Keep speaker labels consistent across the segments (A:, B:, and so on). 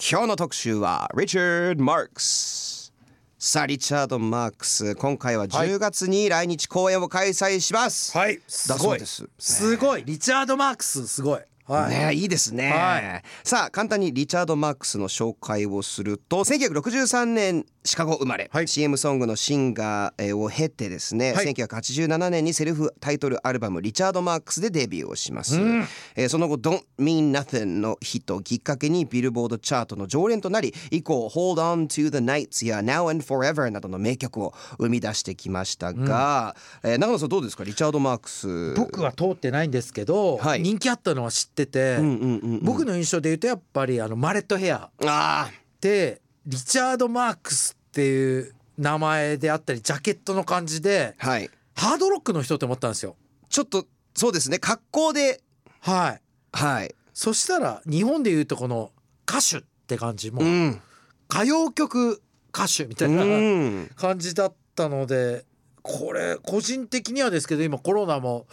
A: 今日の特集はリチャード・マークスさあリチャード・マークス今回は10月に来日公演を開催します、
B: はいす
A: だそ
B: ご
A: う
B: い
A: です
B: すごいリチャード・マークスすごいはい、
A: ね、いいですね、
B: は
A: さあ簡単にリチャード・マークスの紹介をすると1963年シカゴ生まれ、
B: はい
A: CM ソングのシンガーを経てですね、
B: はい
A: 1987年にセルフタイトルアルバム「リチャード・マークス」でデビューをします、えーその後「Don't Mean Nothing」のヒットをきっかけにビルボードチャートの常連となり以降「Hold On to the Nights」や「Now and Forever」などの名曲を生み出してきましたが、えー長野さんどうですかリチャード・マークス
B: 僕は通ってないんですけど、
A: はい
B: 人気あったのは知ってて、
A: うんうんうんうん
B: 僕の印象で言うとやっぱりあのマレットヘア
A: ああ
B: でリチャード・マークスっていう名前であったりジャケットの感じで
A: はい
B: ハードロックの人って思ったんですよ
A: ちょっとそうですね格好で
B: はい
A: はい
B: そしたら日本で言うとこの歌手って感じも
A: う
B: うん歌謡曲歌手みた
A: う
B: いなん感じだったのでこれ個人的にはですけど今コロナも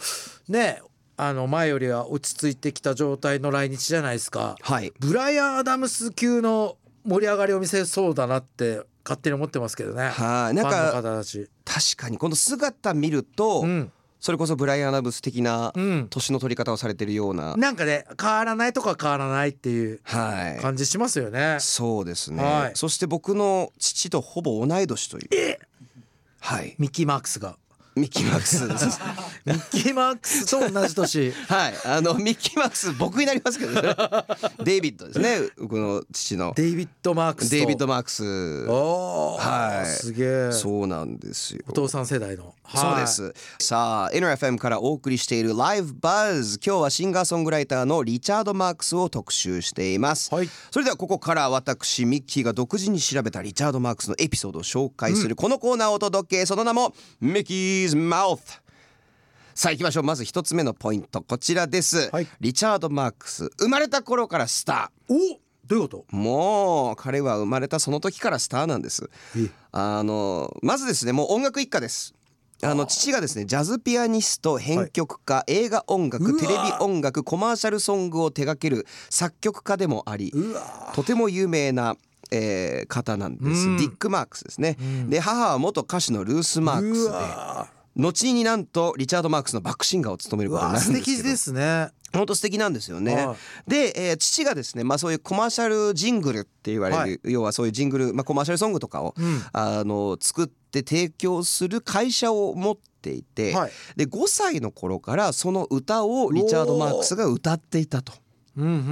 B: ねあの前よりは落ち着いてきた状態の来日じゃないですか
A: はい
B: ブライアン・アダムス級の盛り上がりを見せそうだなって勝手に思ってますけどね
A: はいなん
B: ファン
A: か
B: の方たち
A: 確かにこの姿見ると、
B: うん
A: それこそブライアン・アダムス的な
B: うん
A: 年の取り方をされてるような、
B: なんかね変わらないとか変わらないっていう
A: は
B: 感じしますよね
A: いそうですね、
B: はい
A: そして僕の父とほぼ同い年というはい
B: ミッキー・マークスが
A: ミッキー・マックス
B: ミッキー・マークスと同じ年
A: はいあのミッキー・マックス僕になりますけ どねデイビッドですね僕の父の
B: デイビッド・マークスと
A: デイビッド・マークス
B: おー
A: はい
B: すげえ
A: そうなんですよ
B: お父さん世代の
A: そう
B: はい
A: ですさあ NRFM からお送りしている「Live Buzz」今日はシンガーソングライターのリチャード・マークスを特集しています、
B: はい
A: それではここから私ミッキーが独自に調べたリチャード・マークスのエピソードを紹介するこのコーナーをお届けその名も「ミッキーズ・マウス」さあ行きましょうまず一つ目のポイントこちらです、
B: はい
A: リチャード・マークス生まれた頃からスター
B: おどういうこと
A: もう彼は生まれたその時からスターなんです
B: え。
A: あのまずですねもう音楽一家です。あの父がですねジャズピアニスト編曲家、映画音
B: う
A: 楽
B: わ
A: テレビ音楽コマーシャルソングを手掛ける作曲家でもあり
B: うわ
A: とても有名な、えー方なんです、
B: うん
A: ディック・マークスですね、で母は元歌手のルース・マークス
B: う
A: で
B: わ
A: 後になんとリチャード・マークスのバックシンガーを務める
B: う
A: ことにな
B: わ
A: る
B: 素
A: んですけど
B: 敵ですね
A: 本当素敵なんですよね。
B: は
A: で、えー父がですね、まあ、そういうコマーシャルジングルって言われる、
B: はい
A: 要はそういうジングル、まあ、コマーシャルソングとかを、
B: うん
A: あの作って提供する会社を持っていて、
B: はい
A: で5歳の頃からその歌をリチャード・マークスが歌っていたと、
B: うんうん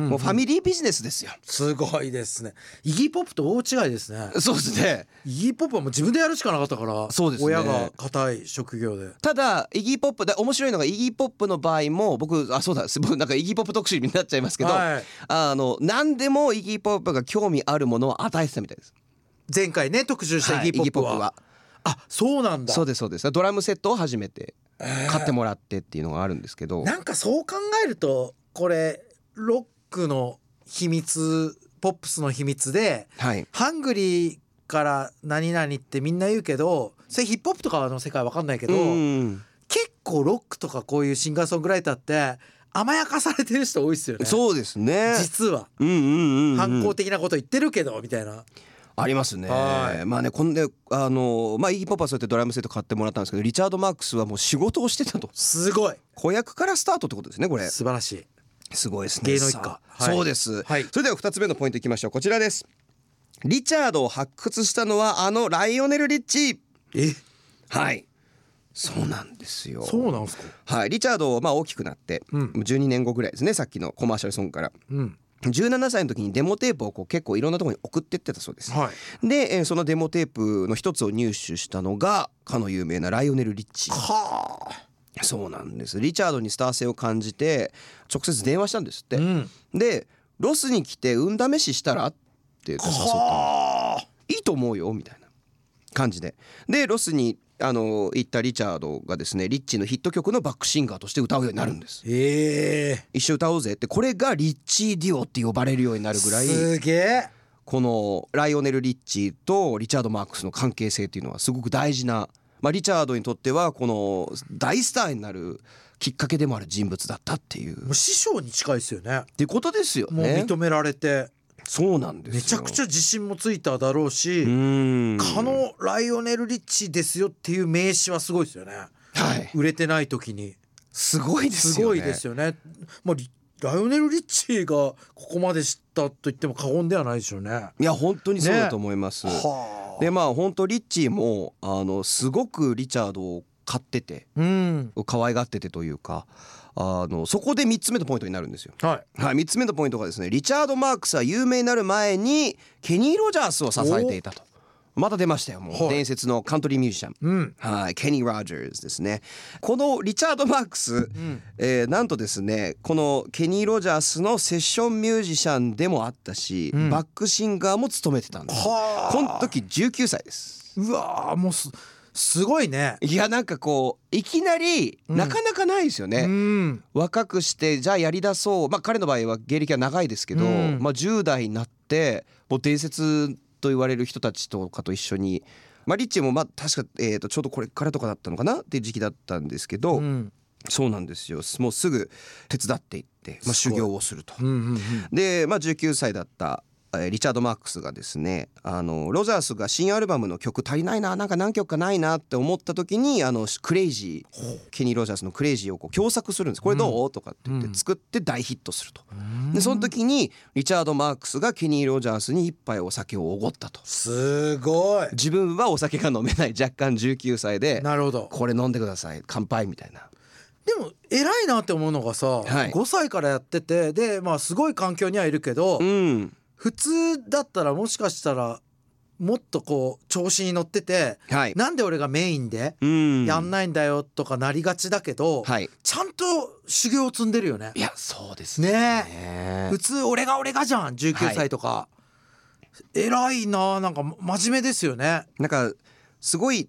A: もうファミリービジネスですよ。
B: すごいですねイギー・ポップと大違いですね
A: そうですね
B: イギー・ポップはもう自分でやるしかなかったから
A: そうですね
B: 親が固い職業で
A: ただイギー・ポップだ面白いのがイギー・ポップの場合も僕あそうだ 僕なんかイギー・ポップ特集になっちゃいますけど、
B: はい
A: あの何でもイギー・ポップが興味あるものを与えてたみたいです。
B: 前回ね特集した
A: はい
B: イギー・ポップは,、あそうなんだ
A: そうですそうですドラムセットを初めて買ってもらってっていうのがあるんですけど、
B: なんかそう考えるとこれロックの秘密ポップスの秘密で
A: はい
B: ハングリーから何々ってみんな言うけどそれヒップホップとかの世界わかんないけど、
A: うん
B: 結構ロックとかこういうシンガーソングライターって甘やかされてる人多いですよね
A: そうですね
B: 実は
A: うんうんうん、うん、
B: 反抗的なこと言ってるけどみたいな、
A: ありますね
B: はい
A: まあねこんであのまあイギー・ポップはそうやってドラムセット買ってもらったんですけどリチャード・マークスはもう仕事をしてたと
B: すごい
A: 子役からスタートってことですねこれ
B: 素晴らしい
A: すごいですね
B: 芸能一家
A: さあ
B: はい
A: そうです、
B: はい
A: それでは2つ目のポイントいきましょうこちらですリチャードを発掘したのはあのライオネル・リッチー
B: え
A: はいそうなんですよ
B: そうなんですか
A: はい、リチャード、まあ、大きくなって、
B: うん
A: 12年後ぐらいですねさっきのコマーシャルソングから
B: うん
A: 17歳の時にデモテープをこう結構いろんなところに送ってってたそうです、
B: はい
A: で、えーそのデモテープの一つを入手したのがかの有名なライオネル・リッチ
B: はあ
A: そうなんですリチャードにスター性を感じて直接電話したんですって、
B: うん
A: で「ロスに来て運試ししたら?」って言って誘ったの
B: はあ
A: いいと思うよみたいな感じででロスにあの行ったリチャードがですねリッチのヒット曲のバックシンガーとして歌うようになるんです
B: ええ
A: 一緒に歌おうぜってこれがリッチーデュオって呼ばれるようになるぐらい
B: すげえ
A: このライオネル・リッチーとリチャード・マークスの関係性っていうのはすごく大事な、まあ、リチャードにとってはこの大スターになるきっかけでもある人物だったっていうっ
B: もう師匠に近いですよね
A: ていうことですよ
B: もう
A: ね。
B: 認められて
A: そうなんですよ
B: めちゃくちゃ自信もついただろうし、
A: うん
B: 可能ライオネル・リッチーですよっていう名刺はすごいですよね
A: はい
B: 売れてない時に
A: すごいです
B: す
A: よ
B: ご
A: ね
B: いですよねまあリライオネル・リッチーがここまでしたと言っても過言ではないでしょうねはい
A: や本当にそうだと思います、
B: あ
A: でまあ本当リッチーもあのすごくリチャードを買ってて
B: うん
A: 可愛がっててというかあのそこで3つ目のポイントになるんですよ。
B: はい
A: はい、3つ目のポイントがですねリチャード・マークスは有名になる前にケニー・ロジャースを支えていたとまた出ましたよも
B: は
A: う
B: い
A: 伝説のカントリーミュージシャン、
B: うん
A: はい、ケニー・ロジャースですねこのリチャード・マークス、
B: ん
A: えーなんとですねこのケニー・ロジャースのセッションミュージシャンでもあったし、
B: ん
A: バックシンガーも務めてたんです
B: はあ
A: この時19歳です
B: うわーもうすすごいね
A: いやなんかこういきなり
B: うん
A: なかなかないですよね、
B: うん
A: 若くしてじゃあやりだそうまあ彼の場合は芸歴は長いですけど、
B: うん
A: まあ、10代になってもう伝説と言われる人たちとかと一緒に、まあ、リッチーもまあ確か、えー、とちょうどこれからとかだったのかなっていう時期だったんですけど、
B: うん
A: そうなんですよもうすぐ手伝っていって、まあ、
B: す
A: 修
B: ごい
A: 行をすると。
B: うんうんうん
A: で、まあ、19歳だったえーリチャード・マークスがですねあのロジャースが新アルバムの曲足りないななんか何曲かないなって思った時にあのクレイジーケニー・ロジャースの「クレイジー」をこう共作するんです「これどうとかって言っ
B: うん
A: て作って大ヒットすると。
B: うん
A: でその時にリチャード・マークスがケニー・ロジャースに一杯お酒をおごったと。
B: すごい
A: 自分はお酒が飲め ない若干19歳で
B: なるほど
A: これ飲んでください乾杯みたいな。
B: でも偉いなって思うのがさ、
A: はい
B: 5歳からやっててでまあすごい環境にはいるけど、
A: うん
B: 普通だったらもしかしたらもっとこう調子に乗ってて
A: はい、
B: なんで俺がメインで
A: うん
B: やんないんだよとかなりがちだけど、
A: はい、
B: ちゃんと修行を積んでるよね
A: い。やそうですね
B: ねえ
A: ね
B: 普通俺が俺がじゃん19歳とか、偉いななんか真面目ですよね。
A: なんかすごい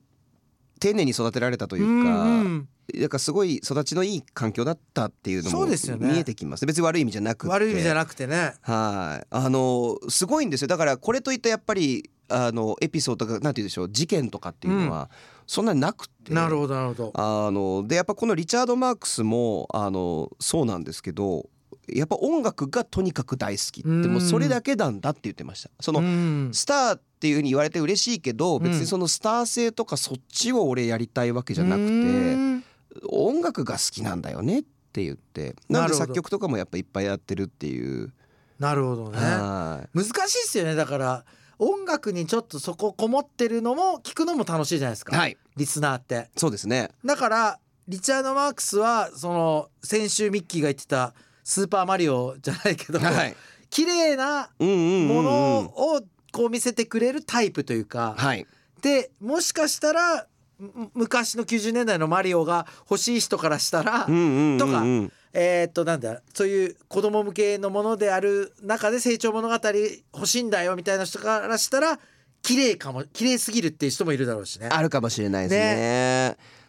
A: 丁寧に育てられたというか、
B: うんうん
A: なんかすごい育ちのいい環境だったっていうの
B: そ
A: も
B: うですよね
A: 見えてきますね。別に悪い意味じゃなくて、
B: 悪い意味じゃ
A: なく
B: なくてね。
A: はい、あのすごいんですよ。だからこれといったやっぱりあのエピソードとかなんて言うんでしょう、事件とかっていうのはそんなになくて、
B: なるほどなるほど。
A: あのでやっぱこのリチャード・マークスもあのそうなんですけどやっぱ音楽がとにかく大好きって
B: うん
A: もうそれだけなんだって言ってましたその、
B: うん
A: スターっていうふうに言われて嬉しいけど
B: うん
A: 別にそのスター性とかそっちを俺やりたいわけじゃな
B: う
A: く
B: ん
A: て音楽が好きなんだよねって言ってな
B: な
A: ので
B: るほど
A: 作曲とかもやっぱいっぱいやってるっていう
B: なるほどね。
A: はい
B: 難しいですよねだから音楽にちょっとそここもってるのも聞くのも楽しいじゃないですか、
A: はい
B: リスナーって。
A: そうですね
B: だからリチャード・マークスはその先週ミッキーが言ってた「スーパーマリオ」じゃないけど、
A: はい
B: 綺麗な
A: うんうんうんう
B: も
A: ん
B: のをこう見せてくれるタイプというか、
A: はい
B: でもしかしたらむ昔の90年代のマリオが欲しい人からしたら、
A: うんうんうんうん
B: とかえーっとなんだそういう子供向けのものである中で成長物語欲しいんだよみたいな人からしたら綺麗かも綺麗すぎるっていう人もいるだろうしね。
A: あるかもしれないですね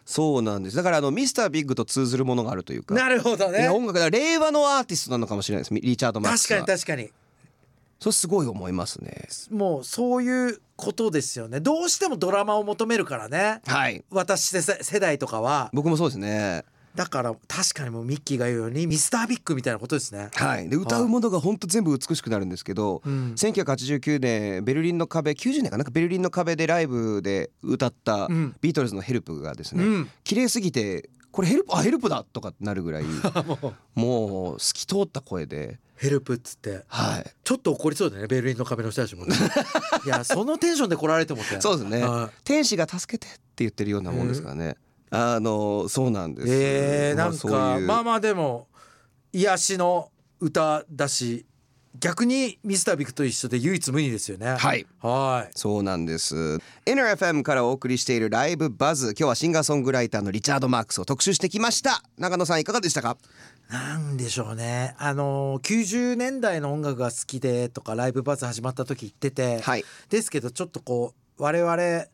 A: そうなんですだからあのミスタービッグと通ずるものがあるというか
B: なるほど
A: い
B: ね
A: や。音楽だ令和のアーティストなのかもしれないですリチャード・マック
B: 確
A: ス
B: か
A: は
B: に確かに
A: それすごい思いますね
B: もうそういうことですよね。どうしてもドラマを求めるからね。
A: はい
B: 私世世代とかは
A: 僕もそうですね
B: だから確かにもうミッキーが言うようにミスタービッグみたいなことですね。
A: はい、で歌うものが本当全部美しくなるんですけど、
B: うん
A: 1989年ベルリンの壁90年かなベルリンの壁でライブで歌った
B: うん
A: ビートルズの「ヘルプがですね、
B: うん
A: 綺麗すぎてこれヘルプあヘルプだとかってなる ぐらい
B: もう
A: もう透き通った声で、
B: ヘルプっつって
A: はい、
B: ちょっと怒りそうだよねベルリンの壁の人たち もね。いやそのテンションで来られてもって。
A: そうですね
B: はい
A: 「天使が助けて」って言ってるようなもんですからね、あのそうなんです
B: えー、
A: まあ
B: なんか、
A: そういう
B: まあまあでも癒しの歌だし逆にミスタービッグと一緒で唯一無二ですよね
A: はい
B: はい
A: そうなんです。NRFM からお送りしているライブバズ。今日はシンガーソングライターのリチャード・マークスを特集してきました。長野さんいかがでしたか
B: なんでしょうねあの90年代の音楽が好きでとかライブバズ始まった時言ってて、
A: はい。
B: ですけどちょっとこう我々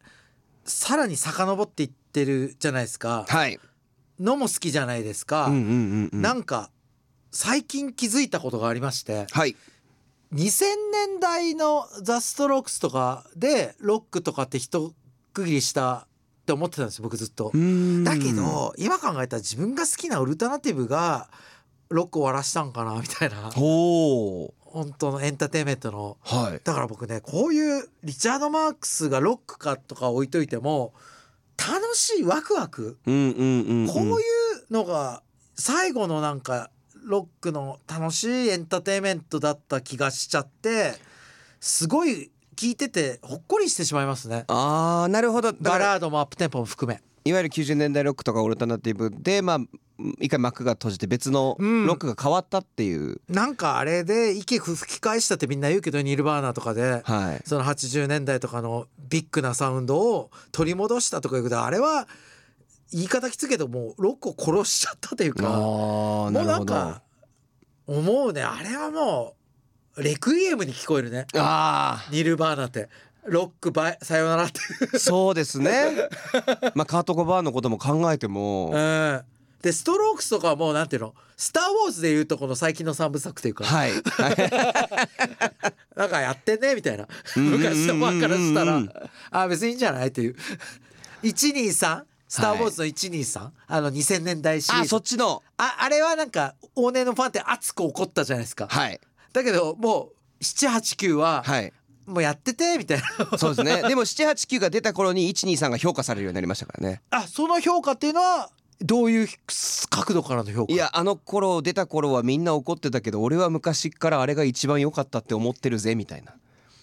B: さらに遡っていってるじゃないですか、
A: はい。
B: のも好きじゃないですか、
A: うんうんうんうん。
B: なんか最近気づいたことがありまして、
A: はい。
B: 2000年代のザ・ストロークスとかでロックとかって一区切りしたって思ってたんですよ僕ずっと。だけ、ど今考えたら自分が好きなオルタナティブがロックを終わらしたんかなみたいな
A: ほう。
B: 本当のエンターテインメントの
A: はい
B: だから僕ねこういうリチャード・マークスがロックかとか置いといても楽しいワクワク
A: うんうんうん、うん、
B: こういうのが最後のなんかロックの楽しいエンターテインメントだった気がしちゃってすごい聞いててほっこりしてしまいますね
A: ああなるほどだ
B: バ
A: から
B: ラードもアップテンポも含め
A: いわゆる90年代ロックとかオルタナティブでまあ一回幕が閉じて別の
B: うん
A: ロックが変わったっていう、
B: なんかあれで息吹き返したってみんな言うけどニルバーナとかで
A: はい
B: その80年代とかのビッグなサウンドを取り戻したとかいうけどあれは言い方きついけどもうロックを殺しちゃったというかも
A: ああ
B: う
A: なる
B: な
A: ほ
B: ん
A: ど
B: か思うねあれはもうレクイエムに聞こえるね
A: あ
B: ニルバーナってロックバイさよならっていう、
A: あそうです ねまあカート・コバーンのことも考えても、
B: うん、でストロークスとかはもうなんていうの「スター・ウォーズ」でいうとこの最近の三部作というか、
A: はい
B: なんかやってんねみたいな
A: んうんうんうん
B: 昔のファンからしたらあ別にいいんじゃないという123「スター・ウォーズ」の123、あの2000年代シリー
A: あ
B: ズ
A: そっちの
B: ああれはなんか往年のファンって熱く怒ったじゃないですか、
A: はい
B: だけどもう789は
A: はい
B: もうやっててみたいな
A: そうですねでも789が出た頃に123が評価されるようになりましたからね
B: あその評価っていうのはどういう角度からの評価
A: いやあの頃出た頃はみんな怒ってたけど俺は昔からあれが一番良かったって思ってるぜみたいな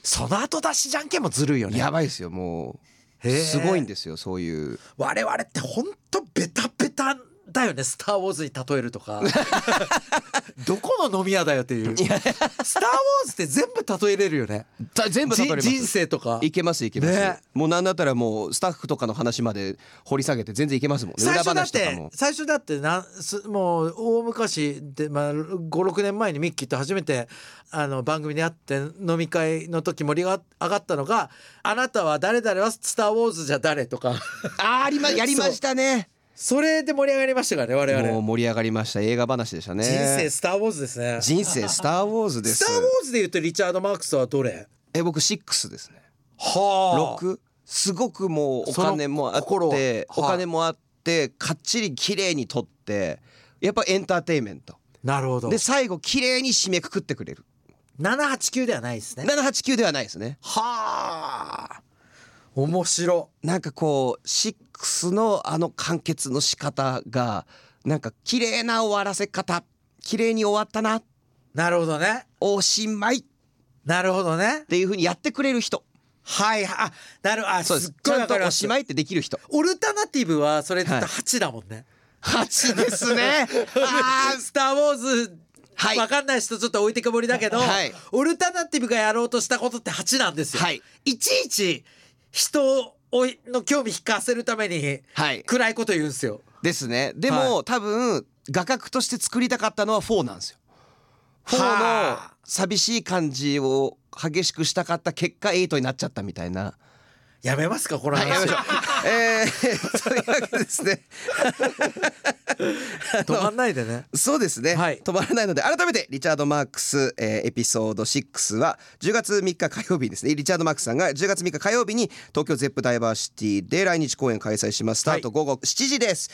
B: その後出しじゃんけんもずるいよね
A: やばいですよもう
B: へえ
A: すごいんですよそういう
B: 我々ってほんとベタベタだよね「スター・ウォーズ」に例えると かどこの飲み屋だよっていう「スター・ウォーズ」って全部例えれるよね
A: 全
B: じ人生とか
A: いけますいけます、
B: ね
A: もうなんだったらもうスタッフとかの話まで掘り下げて全然いけますもんね
B: 最
A: 裏
B: 初だっ
A: 話とか
B: て
A: も
B: 最初だってなすもう大昔で、まあ、56年前にミッキーと初めてあの番組で会って飲み会の時盛り上がったのが「あなたは誰々はスター・ウォーズじゃ誰?」と か
A: あーありまやりましたね
B: それで盛り上がりましたからね我々
A: もう盛り上がりました映画話でしたね
B: 人生スター・ウォーズですね
A: 人生スター・ウォーズで
B: ス
A: す
B: ター・ウォーズで言うとリチャード・マークスはどれ
A: え僕6ですね
B: は
A: 6すごくもうお金もあっ
B: その心ははい
A: てお金もあってかっちり綺麗に撮ってやっぱエンターテインメント
B: なるほど
A: で最後綺麗に締めくくってくれる
B: 789ではないですね
A: 789ではないですね
B: はあ面白
A: なんかこう6のあの完結の仕方がなんか綺麗な終わらせ方綺麗に終わったな
B: なるほどね
A: おしまいっ
B: なるほどね
A: ていう風にやってくれる人
B: はいはいあなるあ
A: そうですす
B: っ
A: ち
B: ごい
A: ゃ
B: わ
A: んと
B: かり
A: お
B: ま
A: し
B: す
A: まいってできる人
B: オルタナティブはそれで言うと
A: はい
B: 8だもんね、
A: 8ですね あ
B: スター・ウォーズ
A: はい
B: わかんない人ちょっと置いてけぼりだけど、
A: はい
B: オルタナティブがやろうとしたことって8なんですよ、
A: はい
B: ちいち人をの興味引かせるために
A: ーはい
B: 暗いこと言うんですよ
A: ですねでも、多分画角として作りたかったのは4なんですよ4の
B: はあ
A: 寂しい感じを激しくしたかった結果8になっちゃったみたい な
B: やめますかこの話、
A: やめましょうえー、というわけでですね
B: 止まんないでね
A: そうですね、
B: はい
A: 止まらないので改めてリチャード・マークス、えーエピソード6は10月3日火曜日にですねリチャード・マークスさんが10月3日火曜日に東京ゼップダイバーシティで来日公演開催しますスタート午後7時です、